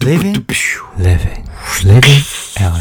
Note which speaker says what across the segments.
Speaker 1: Living Living Living LA。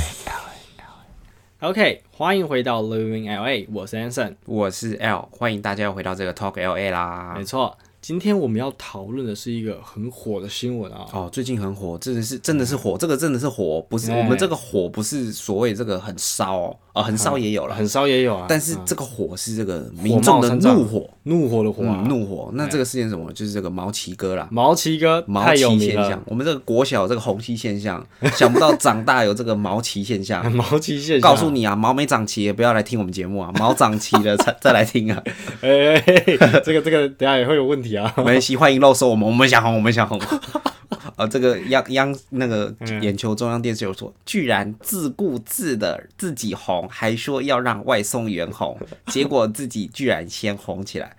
Speaker 2: OK，欢迎回到 Living LA，我是 Anson。
Speaker 3: 我是 L，欢迎大家又回到这个 Talk LA 啦
Speaker 2: 没。错，今天我们要讨论的是一个很火的新闻啊。
Speaker 3: 哦，最近很火，真的是真的是火，这个真的是火，不是、
Speaker 2: 哎
Speaker 3: 我们这个火不是所谓这个很烧哦，啊、很烧也有了，
Speaker 2: 很烧也有啊，
Speaker 3: 但是这个火是这个
Speaker 2: 火
Speaker 3: 民
Speaker 2: 冒
Speaker 3: 众的
Speaker 2: 三丈
Speaker 3: 怒火，
Speaker 2: 怒火的火啊，
Speaker 3: 嗯，怒火。那这个事件是什么？就是这个毛奇哥啦，
Speaker 2: 毛奇哥
Speaker 3: 毛
Speaker 2: 哎太有
Speaker 3: 奇
Speaker 2: 名
Speaker 3: 现
Speaker 2: 了
Speaker 3: 象，，我们这个国小这个红旗现象，想不到长大有这个毛奇现 象。
Speaker 2: 毛奇现象，
Speaker 3: 告诉你啊，毛没长齐也不要来听我们节目啊，毛长齐了才 再来听啊。
Speaker 2: 哎，哎哎哎这个这个等下也会有问题 啊。
Speaker 3: 没关系，欢迎肉收我们，我们想红，我们想 红。啊，这个央央那个
Speaker 2: 嗯
Speaker 3: 眼球中央电视有说，居然自顾自的自己红，还说要让外送员红，结果自己居然先红起 来。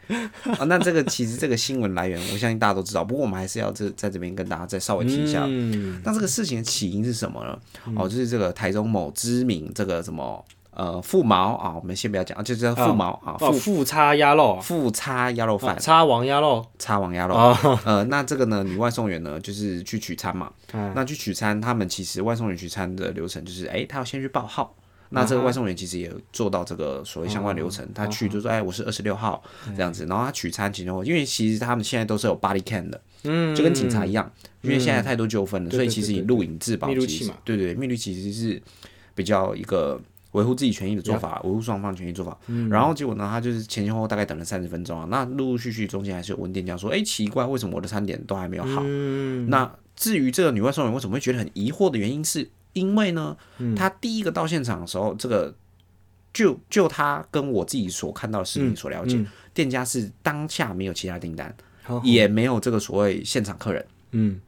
Speaker 3: 啊，那这个其实这个新闻来源，我相信大家都知道，不过我们还是要这在这边跟大家再稍微提一下。
Speaker 2: 嗯，
Speaker 3: 那这个事情的起因是什么呢？哦，就是这个台中某知名这个什么呃富毛啊，我们先不要讲，啊就是富毛啊，
Speaker 2: 哦，
Speaker 3: 富
Speaker 2: 富叉鸭肉啊，
Speaker 3: 富叉鸭肉饭
Speaker 2: 啊，叉王鸭肉
Speaker 3: 叉王鸭肉
Speaker 2: 啊，
Speaker 3: 呃，那这个呢，你外送员呢，就是去取餐嘛。那去取餐，他们其实外送员取餐的流程就是，哎、他要先去报号。那这个外送员其实也有做到这个所谓相关流程，他去就说，哎、我是二十六号这样子，然后他取餐其中，因为其实他们现在都是有 body cam 的，
Speaker 2: 嗯，
Speaker 3: 就跟警察一样，因为现在太多纠纷了，
Speaker 2: 对
Speaker 3: 所以
Speaker 2: 对
Speaker 3: 其
Speaker 2: 对
Speaker 3: 实以
Speaker 2: 对
Speaker 3: 录影自保
Speaker 2: 密录
Speaker 3: 其
Speaker 2: 器
Speaker 3: 实
Speaker 2: 嘛
Speaker 3: 对对，密录其实是比较一个维护自己权益的做法，维护双方权益做法。然后结果呢，他就是前前后后大概等了三十分钟啊，那陆陆续续中间还是有问店家说，哎，奇怪，为什么我的餐点都还没有好？
Speaker 2: 嗯
Speaker 3: 那至于这个女外送员为什么会觉得很疑惑的原因，是因为呢，她第一个到现场的时候，这个就就她跟我自己所看到的视频所了解，店家是当下没有其他订单，也没有这个所谓现场客人。
Speaker 2: 嗯，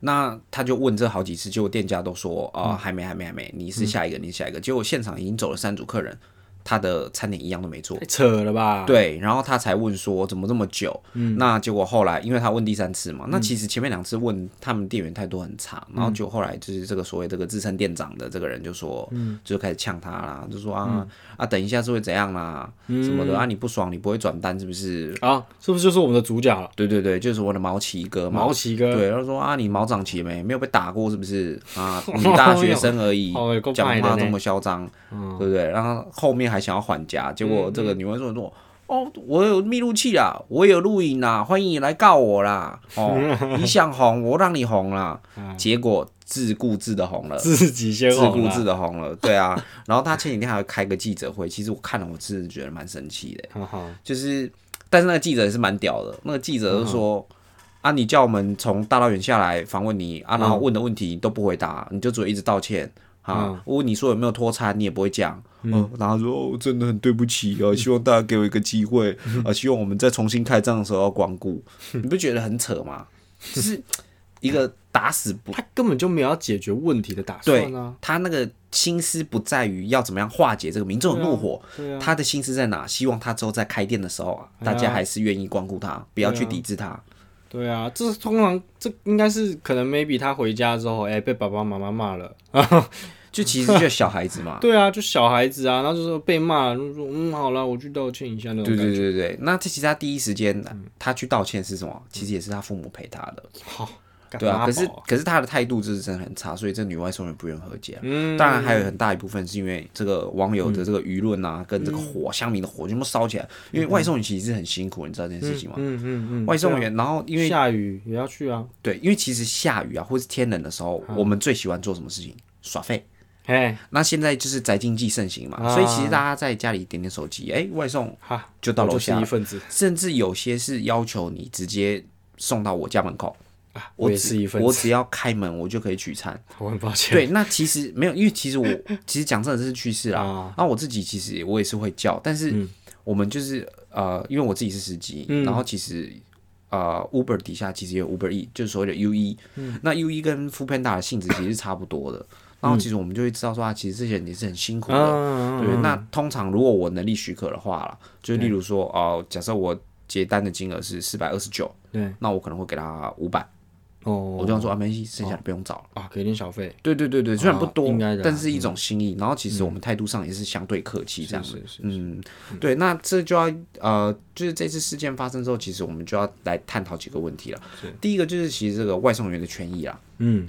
Speaker 3: 那他就问这好几次，结果店家都说啊、还没，还没，还没，你是下一个，你是下一个。结果现场已经走了三组客人，他的餐点一样都没做
Speaker 2: 太。扯了吧？，
Speaker 3: 对，然后他才问说怎么这么久？那结果后来，因为他问第三次嘛，那其实前面两次问他们店员态度很差，然后就后来就是这个所谓这个自称店长的这个人就说，就开始呛他啦，就说啊、啊，等一下是会怎样啦，什么的啊，你不爽你不会转单是不是？
Speaker 2: 啊，是不是就是我们的主角了？
Speaker 3: 对对对，就是我的毛奇哥嘛，
Speaker 2: 毛奇哥，
Speaker 3: 对，他说啊，你毛长齐没？没有被打过是不是？ 啊，女大学生而已
Speaker 2: 哦有够，
Speaker 3: 讲
Speaker 2: 坏的
Speaker 3: 话
Speaker 2: 呢嗯
Speaker 3: 这么嚣张，对不对？然后后面还想要还价，结果这个女文说
Speaker 2: 嗯
Speaker 3: 说。哦，我有密录器啦，我有录影啦，欢迎你来告我啦！哦， 你想红，我让你红啦。结果自顾自的红了，
Speaker 2: 嗯自己先
Speaker 3: 自
Speaker 2: 红
Speaker 3: 顾
Speaker 2: 了
Speaker 3: 自的红了，对啊。然后他前几天还开个记者会，其实我看了，我真的觉得蛮生气的。
Speaker 2: 哈哈，
Speaker 3: 就是，但是那个记者也是蛮屌的，那个记者就说。啊！你叫我们从大老远下来访问你啊，然后问的问题你都不回答，你就只会一直道歉啊。我问你说有没有拖餐，你也不会讲。嗯、然后说、哦、真的很对不起啊，希望大家给我一个机会啊，希望我们在重新开张的时候要光顾。你不觉得很扯吗？就是一个打死不
Speaker 2: 他根本就没有要解决问题的打
Speaker 3: 对
Speaker 2: 算啊。
Speaker 3: 他那个心思不在于要怎么样化解这个民众的怒火，
Speaker 2: 对啊，
Speaker 3: 他的心思在哪？希望他之后在开店的时候啊，
Speaker 2: 哎呀
Speaker 3: 大
Speaker 2: 哎
Speaker 3: 家还是愿意光顾他，不要去抵制他。
Speaker 2: 对啊，这是通常这应该是可能 maybe 他回家之后，哎、被爸爸妈妈骂了。
Speaker 3: 就其实就是小孩子 嘛。
Speaker 2: 对啊，就小孩子啊，然后就说被骂，就说嗯，好了，我去道歉一下那种
Speaker 3: 对
Speaker 2: 感觉。
Speaker 3: 对对对，那这其实他第一时间
Speaker 2: 嗯
Speaker 3: 他去道歉是什么？其实也是他父母陪他的，
Speaker 2: 好，嗯干
Speaker 3: 对啊。
Speaker 2: 妈
Speaker 3: 可是
Speaker 2: 宝
Speaker 3: 可是他的态度就是真的很差，所以这女外送人不愿和解啊。
Speaker 2: 嗯，
Speaker 3: 当然还有很大一部分是因为这个网友的这个舆论
Speaker 2: 嗯
Speaker 3: 啊，跟这个火乡民的火全部烧起来。因为外送员其实是很辛苦，你知道这件事情吗？
Speaker 2: 嗯嗯嗯，
Speaker 3: 外送员，然后因为
Speaker 2: 下雨也要去啊，
Speaker 3: 对，因为其实下雨啊，或是天冷的时候，
Speaker 2: 嗯
Speaker 3: 我们最喜欢做什么事情？耍废。
Speaker 2: 哎，
Speaker 3: 那现在就是宅经济盛行嘛，
Speaker 2: 啊
Speaker 3: 所以其实大家在家里点点手机，哎、外送
Speaker 2: 哈，
Speaker 3: 就到
Speaker 2: 我
Speaker 3: 楼
Speaker 2: 是
Speaker 3: 下
Speaker 2: 一，份子，
Speaker 3: 甚至有些是要求你直接送到我家门口，
Speaker 2: 啊
Speaker 3: 我
Speaker 2: 也
Speaker 3: 只
Speaker 2: 是一份
Speaker 3: 我
Speaker 2: 子，
Speaker 3: 只要开门我就可以取 餐。
Speaker 2: 我很抱歉。
Speaker 3: 对，那其实没有，因为其实我 其实讲真的是趋势啦
Speaker 2: 啊。嗯
Speaker 3: 那我自己其实我也是会叫，但是我们就是呃，因为我自己是司机，然后其实。呃，Uber 底下其实也有 Uber E，就是所谓的 U E、那
Speaker 2: 嗯
Speaker 3: U E 跟 f o o Panda 的性质其实是差不多的。然后其实我们就会知道说，啊，其实这些人也是很辛苦的。
Speaker 2: 嗯，
Speaker 3: 对，那通常如果我能力许可的话啦，就是例如说，哦、假设我结单的金额是四百二十九，
Speaker 2: 对，
Speaker 3: 那我可能会给他五百、我
Speaker 2: 哦，
Speaker 3: 就想说啊，没关系，剩下的不用找了。
Speaker 2: 啊，给点小费，
Speaker 3: 对对对对，虽然不多，
Speaker 2: 应该的啊嗯
Speaker 3: 但是一种心意。然后其实我们态度上也是相对客气这样子。
Speaker 2: 是是
Speaker 3: 嗯，对，那这就要呃，就是这次事件发生之后，其实我们就要来探讨几个问题了。第一个就是其实这个外送员的权益啊，
Speaker 2: 嗯，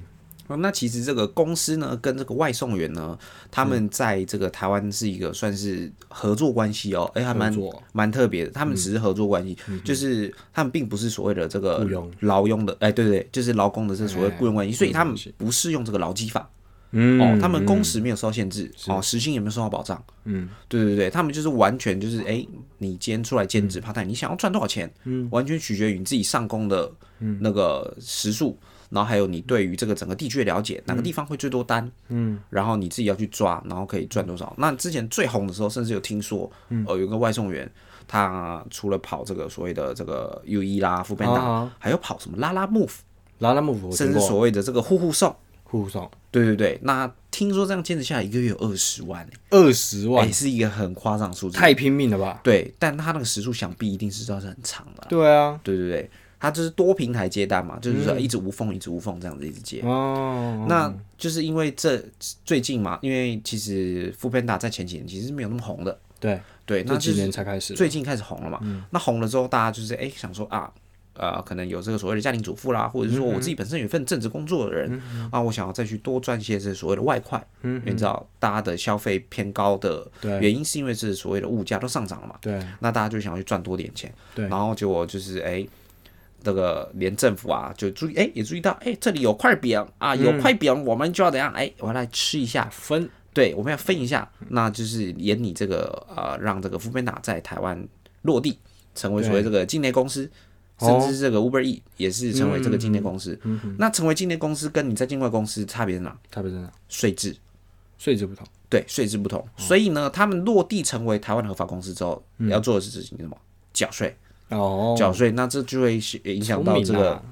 Speaker 3: 那其实这个公司呢，跟这个外送员呢，他们在这个台湾是一个算是合作关系哦，哎、还蛮
Speaker 2: 合作嗯
Speaker 3: 蛮特别的。他们只是合作关系，就是他们并不是所谓的这个
Speaker 2: 雇佣哎
Speaker 3: 劳佣的，哎、对对，就是劳工的这所谓雇佣关系，所以他们不适用这个劳基法。
Speaker 2: 嗯
Speaker 3: 哦，他们工时没有受到限制，哦，时薪也没有受到保障，
Speaker 2: 嗯，
Speaker 3: 对对对，他们就是完全就是，哎、你今天出来兼
Speaker 2: 嗯
Speaker 3: 职 part time，、你想要赚多少钱，嗯，完全取决于你自己上工的
Speaker 2: 嗯
Speaker 3: 那个时数，然后还有你对于这个整个地区的了解，哪个地方会最多单，嗯，然后你自己要去抓，然后可以赚多少。那之前最红的时候，甚至有听说，
Speaker 2: 嗯
Speaker 3: 呃，有一个外送员，他除了跑这个所谓的这个 U 一啦、副班
Speaker 2: 啊
Speaker 3: 达，还有跑什么拉拉 move，
Speaker 2: 拉拉木夫我
Speaker 3: 甚
Speaker 2: 听
Speaker 3: 至
Speaker 2: 过，
Speaker 3: 所谓的这个户户送。
Speaker 2: 护送
Speaker 3: 对对对，那听说这样坚持下来一个月有二十万，
Speaker 2: 二十
Speaker 3: 也、
Speaker 2: 万，
Speaker 3: 是一个很夸张的数字。
Speaker 2: 太拼命了吧？
Speaker 3: 对，但他那个时速想必一定是知道是很长的啊、
Speaker 2: 对啊，
Speaker 3: 对对对，他就是多平台接单嘛，就是说一直无缝，一直无缝这样子一直接。
Speaker 2: 哦，
Speaker 3: 那就是因为这最近嘛，因为其实 f o o p a n d a 在前几年其实是没有那么红的，
Speaker 2: 对，
Speaker 3: 对，那
Speaker 2: 这
Speaker 3: 就
Speaker 2: 几
Speaker 3: 是
Speaker 2: 年才开始，
Speaker 3: 最近开始红了嘛。
Speaker 2: 嗯
Speaker 3: 那红了之后，大家就是哎、想说啊。呃，可能有这个所谓的家庭主妇啦，或者是说
Speaker 2: 嗯
Speaker 3: 我自己本身有一份正职工作的人、啊，我想要再去多赚些这所谓的外快，因为你知道大家的消费偏高的
Speaker 2: 嗯对
Speaker 3: 原因是因为是所谓的物价都上涨了嘛，
Speaker 2: 对，
Speaker 3: 那大家就想要去赚多点钱，
Speaker 2: 对
Speaker 3: 然后结果就是哎，那个连政府啊就注意哎也注意到哎这里有块饼啊有
Speaker 2: 嗯
Speaker 3: 块饼，我们就要怎样哎我要来吃一下，
Speaker 2: 分
Speaker 3: 对，我们要分一下，那就是演你这个呃让这个富贝达在台湾落地，成为所谓这个境内公司。
Speaker 2: 哦嗯
Speaker 3: 甚至这个 Uber E 也是成为这个境内公司，那成为境内公司跟你在境外公司差别在哪？
Speaker 2: 差别在哪？
Speaker 3: 税制，
Speaker 2: 税制不同，
Speaker 3: 对，税制不同，
Speaker 2: 哦
Speaker 3: 所以呢，他们落地成为台湾的合法公司之后，要做的事情是什么？缴税，
Speaker 2: 嗯哦，
Speaker 3: 缴税，那这就会是影响到这
Speaker 2: 聪明
Speaker 3: 个
Speaker 2: 啊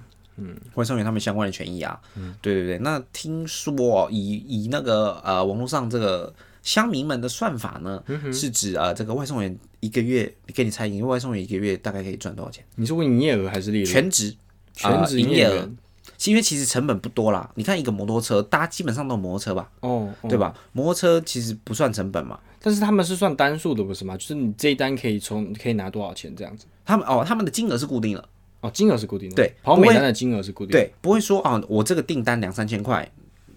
Speaker 3: 外送员他们相关的权益啊。对对对，那听说、哦、以以那个呃网络上这个乡民们的算法呢，是指呃这个外送员一个月，你给你猜，一个外送员一个月大概可以赚多少钱？
Speaker 2: 你是问营业额还是利润？
Speaker 3: 全职，
Speaker 2: 全职
Speaker 3: 呃营
Speaker 2: 营
Speaker 3: 业
Speaker 2: 业
Speaker 3: 额
Speaker 2: 员，
Speaker 3: 因为其实成本不多啦。你看一个摩托车，大家基本上都有摩托车吧，
Speaker 2: 哦，哦
Speaker 3: 对吧？摩托车其实不算成本嘛。
Speaker 2: 但是他们是算单数的，不是吗？就是你这一单可以从可以拿多少钱这样子。
Speaker 3: 他们哦，他们的金额是固定的，
Speaker 2: 哦，金额是固定的，
Speaker 3: 对
Speaker 2: 跑
Speaker 3: 不
Speaker 2: 每
Speaker 3: 会
Speaker 2: 单的金额是固定的，
Speaker 3: 对，不会说啊、我这个订单两三千块，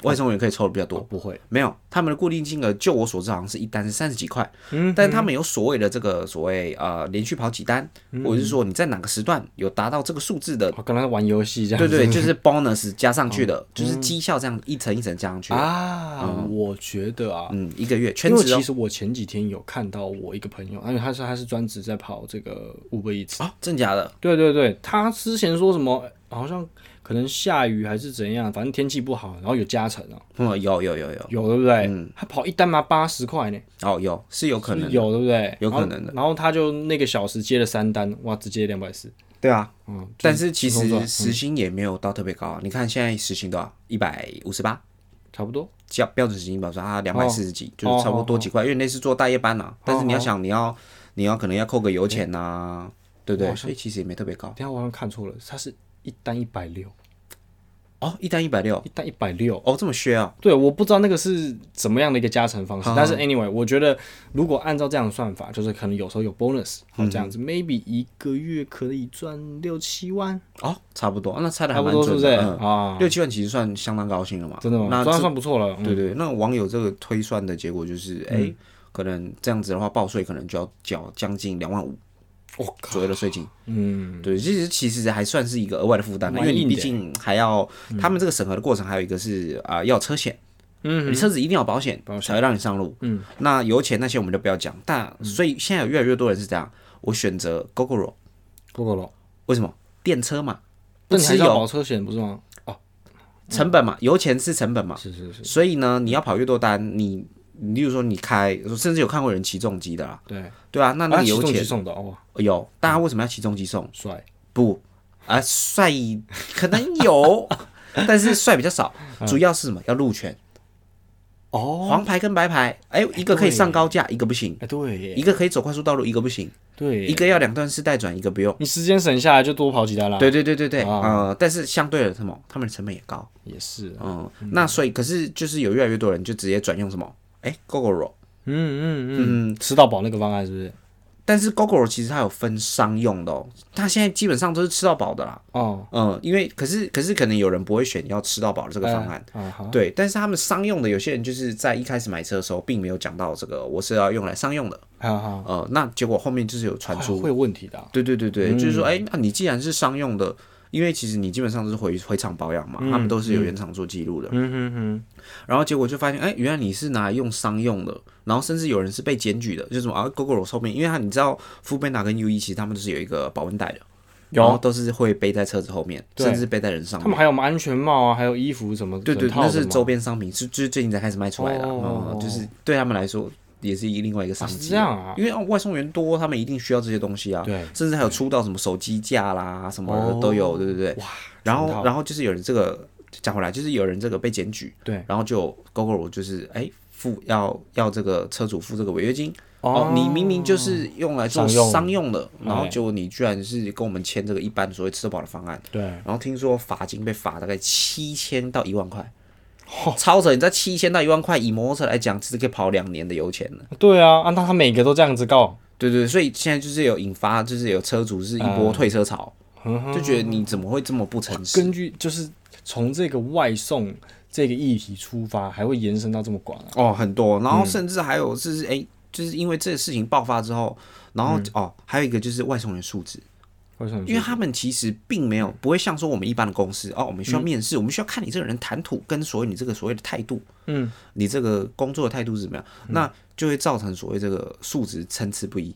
Speaker 3: 外送员可以抽的比较多
Speaker 2: 哦，，不会，
Speaker 3: 没有，他们的固定金额，就我所知，好像是一单是三十几块。嗯，但他们有所谓的这个所谓呃，连续跑几单，
Speaker 2: 嗯
Speaker 3: 或者是说你在哪个时段有达到这个数字的，
Speaker 2: 我刚才哦玩游戏这样
Speaker 3: 对
Speaker 2: 子。嗯
Speaker 3: 对，就是 bonus 加上去的，就是绩效这样一层一层加上去的。
Speaker 2: 啊，我觉得啊，
Speaker 3: 嗯，一个月
Speaker 2: 因
Speaker 3: 全
Speaker 2: 为
Speaker 3: 职
Speaker 2: 其
Speaker 3: 哦，
Speaker 2: 实我前几天有看到我一个朋友，因为他是他是专职在跑这个 Uber Eats，
Speaker 3: 啊，真假的？
Speaker 2: 对对对，他之前说什么好像可能下雨还是怎样，反正天气不好，然后有加成哦，
Speaker 3: 嗯，有有有有，
Speaker 2: 有对不对？他跑一单嘛八十块呢，
Speaker 3: 哦有是有嗯可能的，
Speaker 2: 有对不对？
Speaker 3: 有可能的
Speaker 2: 然后。然后他就那个小时接了三单，哇，只接两百四，
Speaker 3: 对啊。
Speaker 2: 嗯，就是
Speaker 3: 但是其
Speaker 2: 轻松赚嗯
Speaker 3: 实时薪也没有到特别高啊，你看现在时薪多少？一百五十八。
Speaker 2: 差不多，
Speaker 3: 标标准时薪，比如说他两百四十几，就
Speaker 2: 哦
Speaker 3: 是差不多多几块，因为那是做大夜班啊。但是你要想，你要你要可能要扣个油钱呐、对不对？所以其实也没特别高
Speaker 2: 等一下我好像看错了，他是一单一百六，
Speaker 3: 哦，一单一百六
Speaker 2: 一单一百六。
Speaker 3: 哦，这么削啊？
Speaker 2: 对，我不知道那个是怎么样的一个加成方式，
Speaker 3: 好
Speaker 2: 但是 anyway，我觉得如果按照这样的算法，就是可能有时候有 bonus，好
Speaker 3: 嗯
Speaker 2: 这样子，maybe 一个月可以赚六七万，
Speaker 3: 哦，差不多，那猜的还
Speaker 2: 差不
Speaker 3: 蛮
Speaker 2: 多是
Speaker 3: 准
Speaker 2: 不是
Speaker 3: 的，嗯，
Speaker 2: 啊？
Speaker 3: 六七万其实算相当高兴了嘛。
Speaker 2: 真的吗？
Speaker 3: 那
Speaker 2: 算
Speaker 3: 这
Speaker 2: 算不错了，嗯嗯
Speaker 3: 对对，那网友这个推算的结果就是，哎，可能这样子的话，报税可能就要缴将近两万五
Speaker 2: 我
Speaker 3: 左右的税金。
Speaker 2: 嗯，
Speaker 3: 对，其实其实还算是一个额外的负担啦，因
Speaker 2: 蛮
Speaker 3: 为你
Speaker 2: 硬的
Speaker 3: 毕竟还要他们这个审核的过程，还有一个是啊、要有车险，
Speaker 2: 嗯，
Speaker 3: 你车子一定要有保险才会让你上路，嗯，那油钱那些我们就不要讲，但
Speaker 2: 嗯
Speaker 3: 所以现在有越来越多人是这样，我选择 GoGoRo，
Speaker 2: 够够了。
Speaker 3: 为什么？电车嘛，不
Speaker 2: 但你还
Speaker 3: 吃
Speaker 2: 是要
Speaker 3: 油
Speaker 2: 保车险不是吗？
Speaker 3: 成本嘛，油钱是成本嘛，
Speaker 2: 是是是，
Speaker 3: 所以呢，你要跑越多单，你你例如说你开，甚至有看过有人骑重机的啦，
Speaker 2: 对。
Speaker 3: 对啊，那那
Speaker 2: 啊
Speaker 3: 个油
Speaker 2: 起重
Speaker 3: 钱
Speaker 2: 机送的哇，
Speaker 3: 有，大家为什么要骑重机送？
Speaker 2: 帅，
Speaker 3: 不啊，帅可能有， 但是帅比较少，主要是什么？要路权，
Speaker 2: 嗯哦，
Speaker 3: 黄牌跟白牌，哎、一个可以上高架，一个不行；
Speaker 2: 哎对耶
Speaker 3: 一个可以走快速道路，一个不行；
Speaker 2: 对耶，
Speaker 3: 一个要两段式带转，一个不用。
Speaker 2: 你时间省下来就多跑几单啦。
Speaker 3: 对，对对对对，
Speaker 2: 啊
Speaker 3: 呃，但是相对的什么，他们的成本也高，
Speaker 2: 也是啊，
Speaker 3: 嗯，那所以可是就是有越来越多人就直接转用什么，哎、g o g o r o
Speaker 2: 嗯嗯嗯，
Speaker 3: 嗯，
Speaker 2: 吃到饱那个方案是不是？
Speaker 3: 但是 GoGo 其实它有分商用的哦，它现在基本上都是吃到饱的啦。
Speaker 2: 哦，
Speaker 3: 嗯，因为可是可是可能有人不会选要吃到饱的这个
Speaker 2: 这
Speaker 3: 方案，
Speaker 2: 啊，好，
Speaker 3: 对。但是他们商用的有些人就是在一开始买车的时候并没有讲到这个，我是要用来商用的。
Speaker 2: 好好，
Speaker 3: 呃，那结果后面就是有传出，
Speaker 2: 会有问题的啊，
Speaker 3: 对对对对，就是说，哎、那你既然是商用的。因为其实你基本上都是回回厂保养嘛，他们都是有原厂做记录的，
Speaker 2: 嗯哼哼，
Speaker 3: 然后结果就发现，哎，原来你是拿来用商用的，然后甚至有人是被检举的，就是什么啊，GoGo 后面，因为他你知道 f o o p a n d a 跟 U E 一其实他们都是有一个保温袋的，然后都是会背在车子后面，
Speaker 2: 对
Speaker 3: 甚至背在人上
Speaker 2: 他
Speaker 3: 面
Speaker 2: 们。还有嘛安全帽啊，还有衣服什么，
Speaker 3: 对对，
Speaker 2: 整套
Speaker 3: 那
Speaker 2: 的
Speaker 3: 是
Speaker 2: 嘛
Speaker 3: 周边商品，是就是最近才开始卖出来的啊，
Speaker 2: 哦
Speaker 3: 嗯就是对他们来说也是一另外一个商
Speaker 2: 啊是
Speaker 3: 机。
Speaker 2: 这样啊，
Speaker 3: 因为哦外送员多，他们一定需要这些东西啊。
Speaker 2: 对，哦
Speaker 3: 甚至还有出到什么手机架啦，什么的都有，对不对？
Speaker 2: 哇，
Speaker 3: 然
Speaker 2: 全
Speaker 3: 后
Speaker 2: 套
Speaker 3: 然后就是有人这个讲回来，就是有人这个被检举，
Speaker 2: 对，
Speaker 3: 然后就 GoGo 就是哎付要要这个车主付这个违约金哦，你明明就是用来做
Speaker 2: 商用
Speaker 3: 商用的，然后
Speaker 2: 哎
Speaker 3: 结果你居然是跟我们签这个一般所谓吃得饱的方案，
Speaker 2: 对，
Speaker 3: 然后听说罚金被罚大概七千到一万块。超扯！你在七千到一万块，以摩托车来讲，其实可以跑两年的油钱了。
Speaker 2: 对啊，啊，那他每个都这样子告，
Speaker 3: 对对，对所以现在就是有引发，就是有车主是一波退车潮，就觉得你怎么会这么不诚实？
Speaker 2: 根据就是从这个外送这个议题出发，还会延伸到这么广啊，
Speaker 3: 哦，很多，然后甚至还有就是哎、就是因为这个事情爆发之后，然后、哦，还有一个就是外送员素质，
Speaker 2: 为什么？
Speaker 3: 因为他们其实并没有不会像说我们一般的公司哦，我们需要面试，我们需要看你这个人谈吐跟所谓你这个所谓的态度，
Speaker 2: 嗯，
Speaker 3: 你这个工作的态度是怎么样，那就会造成所谓这个素质参差不一。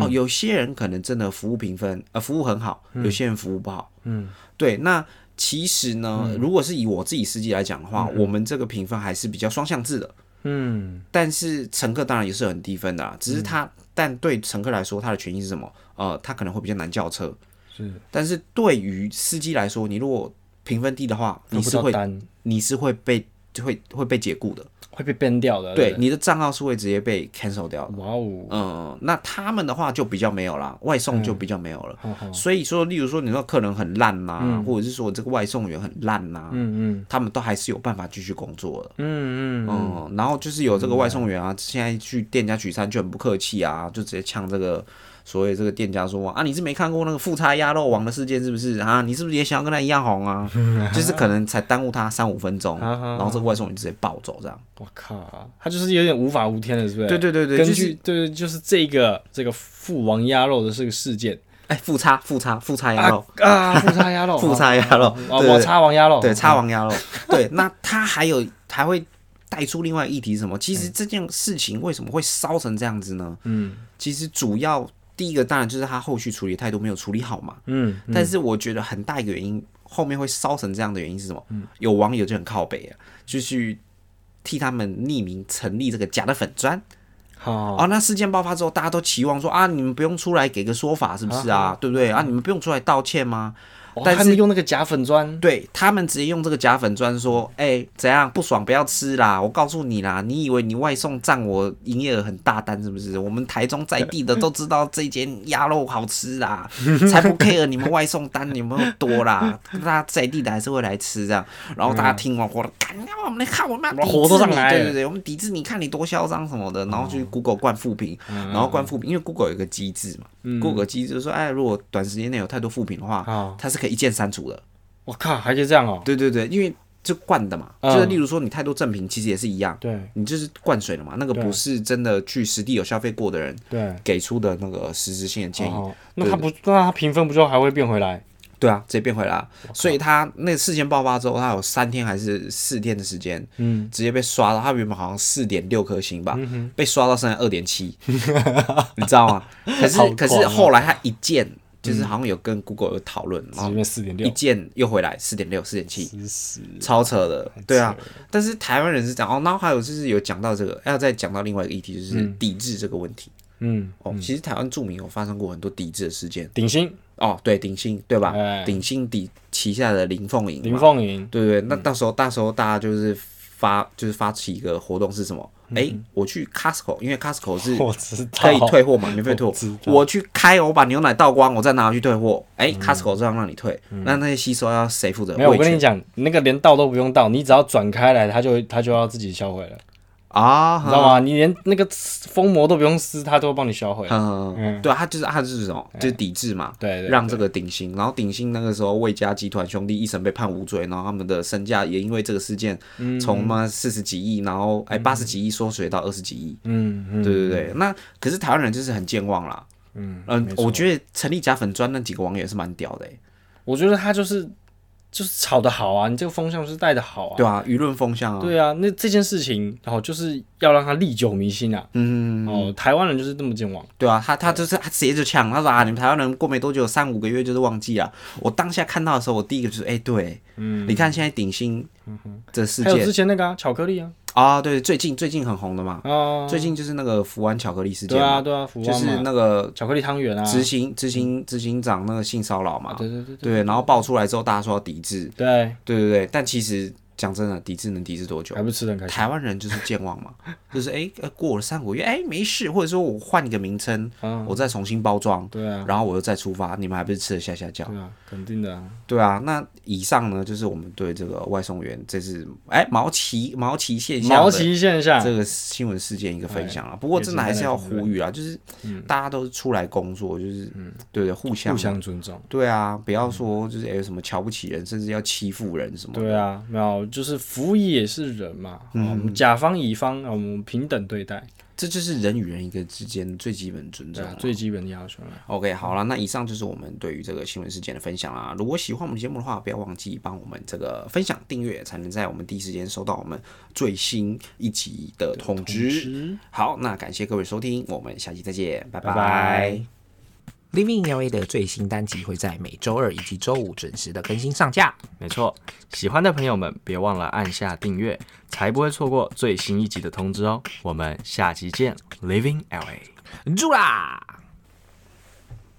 Speaker 3: 哦，有些人可能真的服务评分呃服务很好，有些人服务不好，
Speaker 2: 嗯，
Speaker 3: 对，那。其实呢，如果是以我自己司机来讲的话，我们这个评分还是比较双向制的。
Speaker 2: 嗯，
Speaker 3: 但是乘客当然也是很低分的啦，啊只是他，但对乘客来说，他的权益是什么？呃，他可能会比较难叫车。
Speaker 2: 是，
Speaker 3: 但是对于司机来说，你如果评分低的话，
Speaker 2: 你
Speaker 3: 你
Speaker 2: 不
Speaker 3: 是
Speaker 2: 到
Speaker 3: 会
Speaker 2: 单
Speaker 3: 你是会被就会会被解雇的，
Speaker 2: 会被 ban 掉的，
Speaker 3: 对，
Speaker 2: 不
Speaker 3: 你的账号是会直接被 cancel 掉的。
Speaker 2: 哇哦，
Speaker 3: 嗯，那他们的话就比较没有啦，外送就比较没有了。
Speaker 2: 嗯好好，
Speaker 3: 所以说，例如说你说客人很烂呐、或者是说这个外送员很烂呐、啊
Speaker 2: 嗯嗯
Speaker 3: 他们都还是有办法继续工作的。
Speaker 2: 嗯嗯，
Speaker 3: 嗯，然后就是有这个外送员啊，现在去店家取餐就很不客气啊，就直接呛这个所谓这个店家说啊，你是没看过那个富差鸭肉王的事件是不是啊？你是不是也想要跟他一样红 啊？就是可能才耽误他三五分钟，然后这个外送员直接暴走这样。
Speaker 2: 我靠，他就是有点无法无天了，是不是？
Speaker 3: 对对对对，
Speaker 2: 根
Speaker 3: 就是
Speaker 2: 据对，就是这个这个父王鸭肉的这个事件
Speaker 3: 哎富差富差富差鸭肉，
Speaker 2: 啊，富 差鸭肉，
Speaker 3: 富差鸭肉，
Speaker 2: 啊，
Speaker 3: 哦对
Speaker 2: 我叉王鸭肉，
Speaker 3: 对，叉王鸭肉，对，那他还有还会带出另外议题是什么？其实这件事情为什么会烧成这样子呢？
Speaker 2: 嗯，
Speaker 3: 其实主要第一个当然就是他后续处理的态度没有处理好嘛，
Speaker 2: 嗯，
Speaker 3: 但是我觉得很大一个原因，后面会烧成这样的原因是什么？
Speaker 2: 嗯
Speaker 3: 有网友就很靠北啊，就去替他们匿名成立这个假的粉砖
Speaker 2: 好，
Speaker 3: 哦。那事件爆发之后，大家都期望说啊，你们不用出来给个说法是不是啊？对不对啊？你们不用出来道歉吗？
Speaker 2: 哦
Speaker 3: 但
Speaker 2: 他
Speaker 3: 是
Speaker 2: 们用那个假粉砖，
Speaker 3: 对他们直接用这个假粉砖说，哎、怎样不爽不要吃啦！我告诉你啦，你以为你外送占我营业额很大单是不是？我们台中在地的都知道这间鸭肉好吃 啦，才不 care 你们外送单有没有多啦，大家在地的还是会来吃这样。然后大家听完火了，干、我们来看我们要抵制
Speaker 2: 火都上
Speaker 3: 你
Speaker 2: 来嗯
Speaker 3: 对
Speaker 2: 了
Speaker 3: 对对，我们抵制你看你多嚣张什么的，然后去 Google 灌负评，
Speaker 2: 嗯
Speaker 3: 然后灌负评，因为 Google 有一个机制嘛、g o o g l e 机制就是说，哎，如果短时间内有太多负评的话，
Speaker 2: 好，
Speaker 3: 它是可以一键删除的。
Speaker 2: 啊我靠，还可以这样哦，
Speaker 3: 对对对，因为就灌的嘛，
Speaker 2: 嗯
Speaker 3: 就是例如说你太多赠品，其实也是一样，
Speaker 2: 对
Speaker 3: 你就是灌水了嘛。那个
Speaker 2: 对
Speaker 3: 不是真的去实地有消费过的人
Speaker 2: 对。
Speaker 3: 给出的那个实质性的建议。
Speaker 2: 哦，那他不，那他评分不就还会变回来？
Speaker 3: 对啊，直接变回来啊。所以他那个事件爆发之后，他有三天还是四天的时间，
Speaker 2: 嗯，
Speaker 3: 直接被刷到，他原本好像四点六颗星吧，被刷到剩下二点 七，你知道吗？可是
Speaker 2: 好狂哦嗯
Speaker 3: 可是后来他一键就是好像有跟 Google 有讨论，然
Speaker 2: 直
Speaker 3: 后
Speaker 2: 接四点
Speaker 3: 一
Speaker 2: 六，
Speaker 3: 键又回来四点六、四点七，
Speaker 2: 死死，
Speaker 3: 超扯的，对啊。但是台湾人是这样哦，然后还有就是有讲到这个，要再讲到另外一个议题，就是抵制这个问题。
Speaker 2: 嗯，
Speaker 3: 哦，其实台湾著名有发生过很多抵制的事件。
Speaker 2: 顶薪
Speaker 3: 哦，对，鼎新对吧
Speaker 2: 哎？
Speaker 3: 鼎新抵旗下的林凤营嘛，
Speaker 2: 林凤嗯营，
Speaker 3: 对对，那到时候到时候大家就是发就是发起一个活动是什么？哎，我去 Costco，因为 Costco 是
Speaker 2: 嗯我知道，
Speaker 3: 可以退货嘛，免费退
Speaker 2: 我知
Speaker 3: 货
Speaker 2: 道。嗯
Speaker 3: 我去开，我把牛奶倒光，我再拿回去退货。哎，Costco 这样让你退，那那些吸收要谁负责？
Speaker 2: 没有，我
Speaker 3: 味
Speaker 2: 跟
Speaker 3: 全
Speaker 2: 你讲，那个连倒都不用倒，你只要转开来，它就它就要自己销毁了。
Speaker 3: 啊，
Speaker 2: 你知道吗？你连那个封膜都不用撕，它都会帮你销毁。
Speaker 3: 嗯，嗯，对，他就是他就是什么，就是抵制嘛，
Speaker 2: 哎对对
Speaker 3: 让这个鼎新，然后鼎新那个时候魏家集团兄弟一审被判无罪，然后他们的身价也因为这个事件
Speaker 2: 嗯
Speaker 3: 从嘛四十几亿，然后哎八十几亿缩水到二十几亿，
Speaker 2: 嗯嗯，
Speaker 3: 对对对，那可是台湾人就是很健忘啦，
Speaker 2: 嗯
Speaker 3: 嗯，我觉得成立假粉砖那几个网友也是蛮屌的、欸，
Speaker 2: 我觉得他就是就是炒的好啊，你这个风向是带的好啊。
Speaker 3: 对啊，舆论风向啊，
Speaker 2: 对啊，那这件事情，然后就是要让他历久弥新啊。
Speaker 3: 嗯，
Speaker 2: 哦，台湾人就是这么健忘。
Speaker 3: 对啊，他他就是他直接就呛，他说啊，你们台湾人过没多久，三五个月就是忘记啊。我当下看到的时候，我第一个就是哎、对，嗯，你看现在鼎新这事
Speaker 2: 嗯还有
Speaker 3: 件
Speaker 2: 之前那个啊，巧克力啊，
Speaker 3: 啊，对，最近最近很红的嘛，
Speaker 2: 啊，
Speaker 3: 最近就是那个福安巧克力事件
Speaker 2: 对
Speaker 3: 嘛，
Speaker 2: 啊对啊，福
Speaker 3: 就
Speaker 2: 旺
Speaker 3: 是
Speaker 2: 嘛，
Speaker 3: 那个
Speaker 2: 巧克力汤圆啊，
Speaker 3: 执行执行执行长那个性骚扰嘛，
Speaker 2: 对对对
Speaker 3: 对，然后爆出来之后，大家说要抵制，
Speaker 2: 对，
Speaker 3: 对对对，但其实讲真的，抵制能抵制多久？
Speaker 2: 还不吃的很开心。
Speaker 3: 台湾人就是健忘嘛，就是哎、呃过了三五个月，哎、没事，或者说我换一个名称，
Speaker 2: 啊，
Speaker 3: 我再重新包装，
Speaker 2: 对啊，
Speaker 3: 然后我又再出发，你们还不是吃了下下叫？
Speaker 2: 对啊，肯定的啊。
Speaker 3: 对啊，那以上呢就是我们对这个外送员这次哎毛奇毛奇现象
Speaker 2: 毛
Speaker 3: 的
Speaker 2: 奇现象，
Speaker 3: 这个新闻事件一个分享了。不过真的还是要呼吁啦，啊就是大家都是出来工作，就是对对互相
Speaker 2: 互相尊重。
Speaker 3: 对啊，不要说就是哎有什么瞧不起人，甚至要欺负人什么的。
Speaker 2: 对啊，没有，就是服务业也是人嘛，哦我
Speaker 3: 嗯
Speaker 2: 们甲方乙方，哦我们平等对待，
Speaker 3: 这就是人与人一个之间最基本尊
Speaker 2: 对
Speaker 3: 重
Speaker 2: 啊，。最基本的要求了。
Speaker 3: OK，好了，那以上就是我们对于这个新闻事件的分享啦。如果喜欢我们节目的话，不要忘记帮我们这个分享、订阅，才能在我们第一时间收到我们最新一集的通知。
Speaker 2: 值
Speaker 3: 好，那感谢各位收听，我们下期再见，拜
Speaker 2: 拜
Speaker 3: 拜
Speaker 2: 拜
Speaker 4: Living in LA 的最新单集会在每周二以及周五准时的更新上架。
Speaker 5: 没错，喜欢的朋友们别忘了按下订阅，才不会错过最新一集的通知哦。我们下期见，Living LA。
Speaker 4: 住啦！